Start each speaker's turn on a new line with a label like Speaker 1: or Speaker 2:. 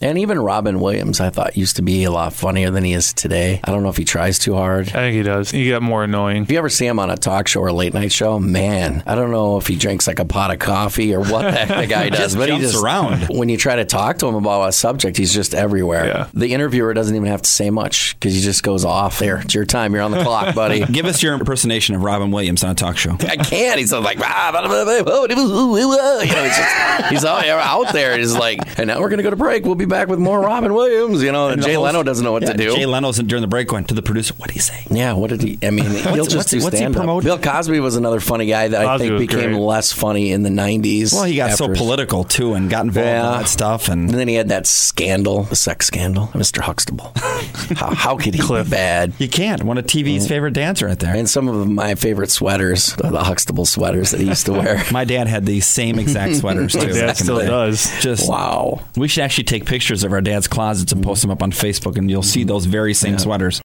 Speaker 1: And even Robin Williams, I thought, used to be a lot funnier than he is today. I don't know if he tries too hard.
Speaker 2: I think he does. He got more annoying.
Speaker 1: If you ever see him on a talk show or late night show, man, I don't know if he drinks like a pot of coffee or what the heck the guy does, but he
Speaker 3: jumps
Speaker 1: just
Speaker 3: around.
Speaker 1: When you try to talk to him about a subject, he's just everywhere.
Speaker 2: Yeah.
Speaker 1: The interviewer doesn't even have to say much because he just goes off. There, it's your time. You're on the clock, buddy.
Speaker 3: Give us your impersonation of Robin Williams on a talk show.
Speaker 1: I can't. He's like, ah, blah, blah, blah, blah, blah, blah. you know, he's just, he's all out there. He's like, and now we're gonna go to break. We'll be back with more Robin Williams. You know, and,
Speaker 3: the
Speaker 1: Jay
Speaker 3: whole-
Speaker 1: Leno doesn't know what
Speaker 3: Yeah,
Speaker 1: to do.
Speaker 3: Jay Leno's during the break going to the producer. What do you say?
Speaker 1: Yeah, what did he? I mean, he'll just
Speaker 3: what's-
Speaker 1: do
Speaker 3: what's he
Speaker 1: stand up.
Speaker 3: promote?
Speaker 1: Bill Cosby was another funny guy that I
Speaker 2: Cosby
Speaker 1: think
Speaker 2: was
Speaker 1: became
Speaker 2: great.
Speaker 1: less funny in the '90s.
Speaker 3: Well, he got so
Speaker 1: after-
Speaker 3: political too and got involved in
Speaker 1: Yeah.
Speaker 3: all that stuff.
Speaker 1: And
Speaker 3: And
Speaker 1: then he had that scandal, the sex scandal, Mr. Huxtable. how, how could he be bad?
Speaker 3: you can't. One of TV's favorite dancer right there.
Speaker 1: And some of my favorite sweaters, the Huxtable sweaters that he used to wear.
Speaker 3: My dad had the same exact sweaters too.
Speaker 2: dad
Speaker 3: back in the
Speaker 2: still
Speaker 3: day.
Speaker 2: does.
Speaker 3: Just
Speaker 1: wow.
Speaker 3: We should actually take pictures of our dad's closets and post them up on Facebook, and you'll see those very same sweaters.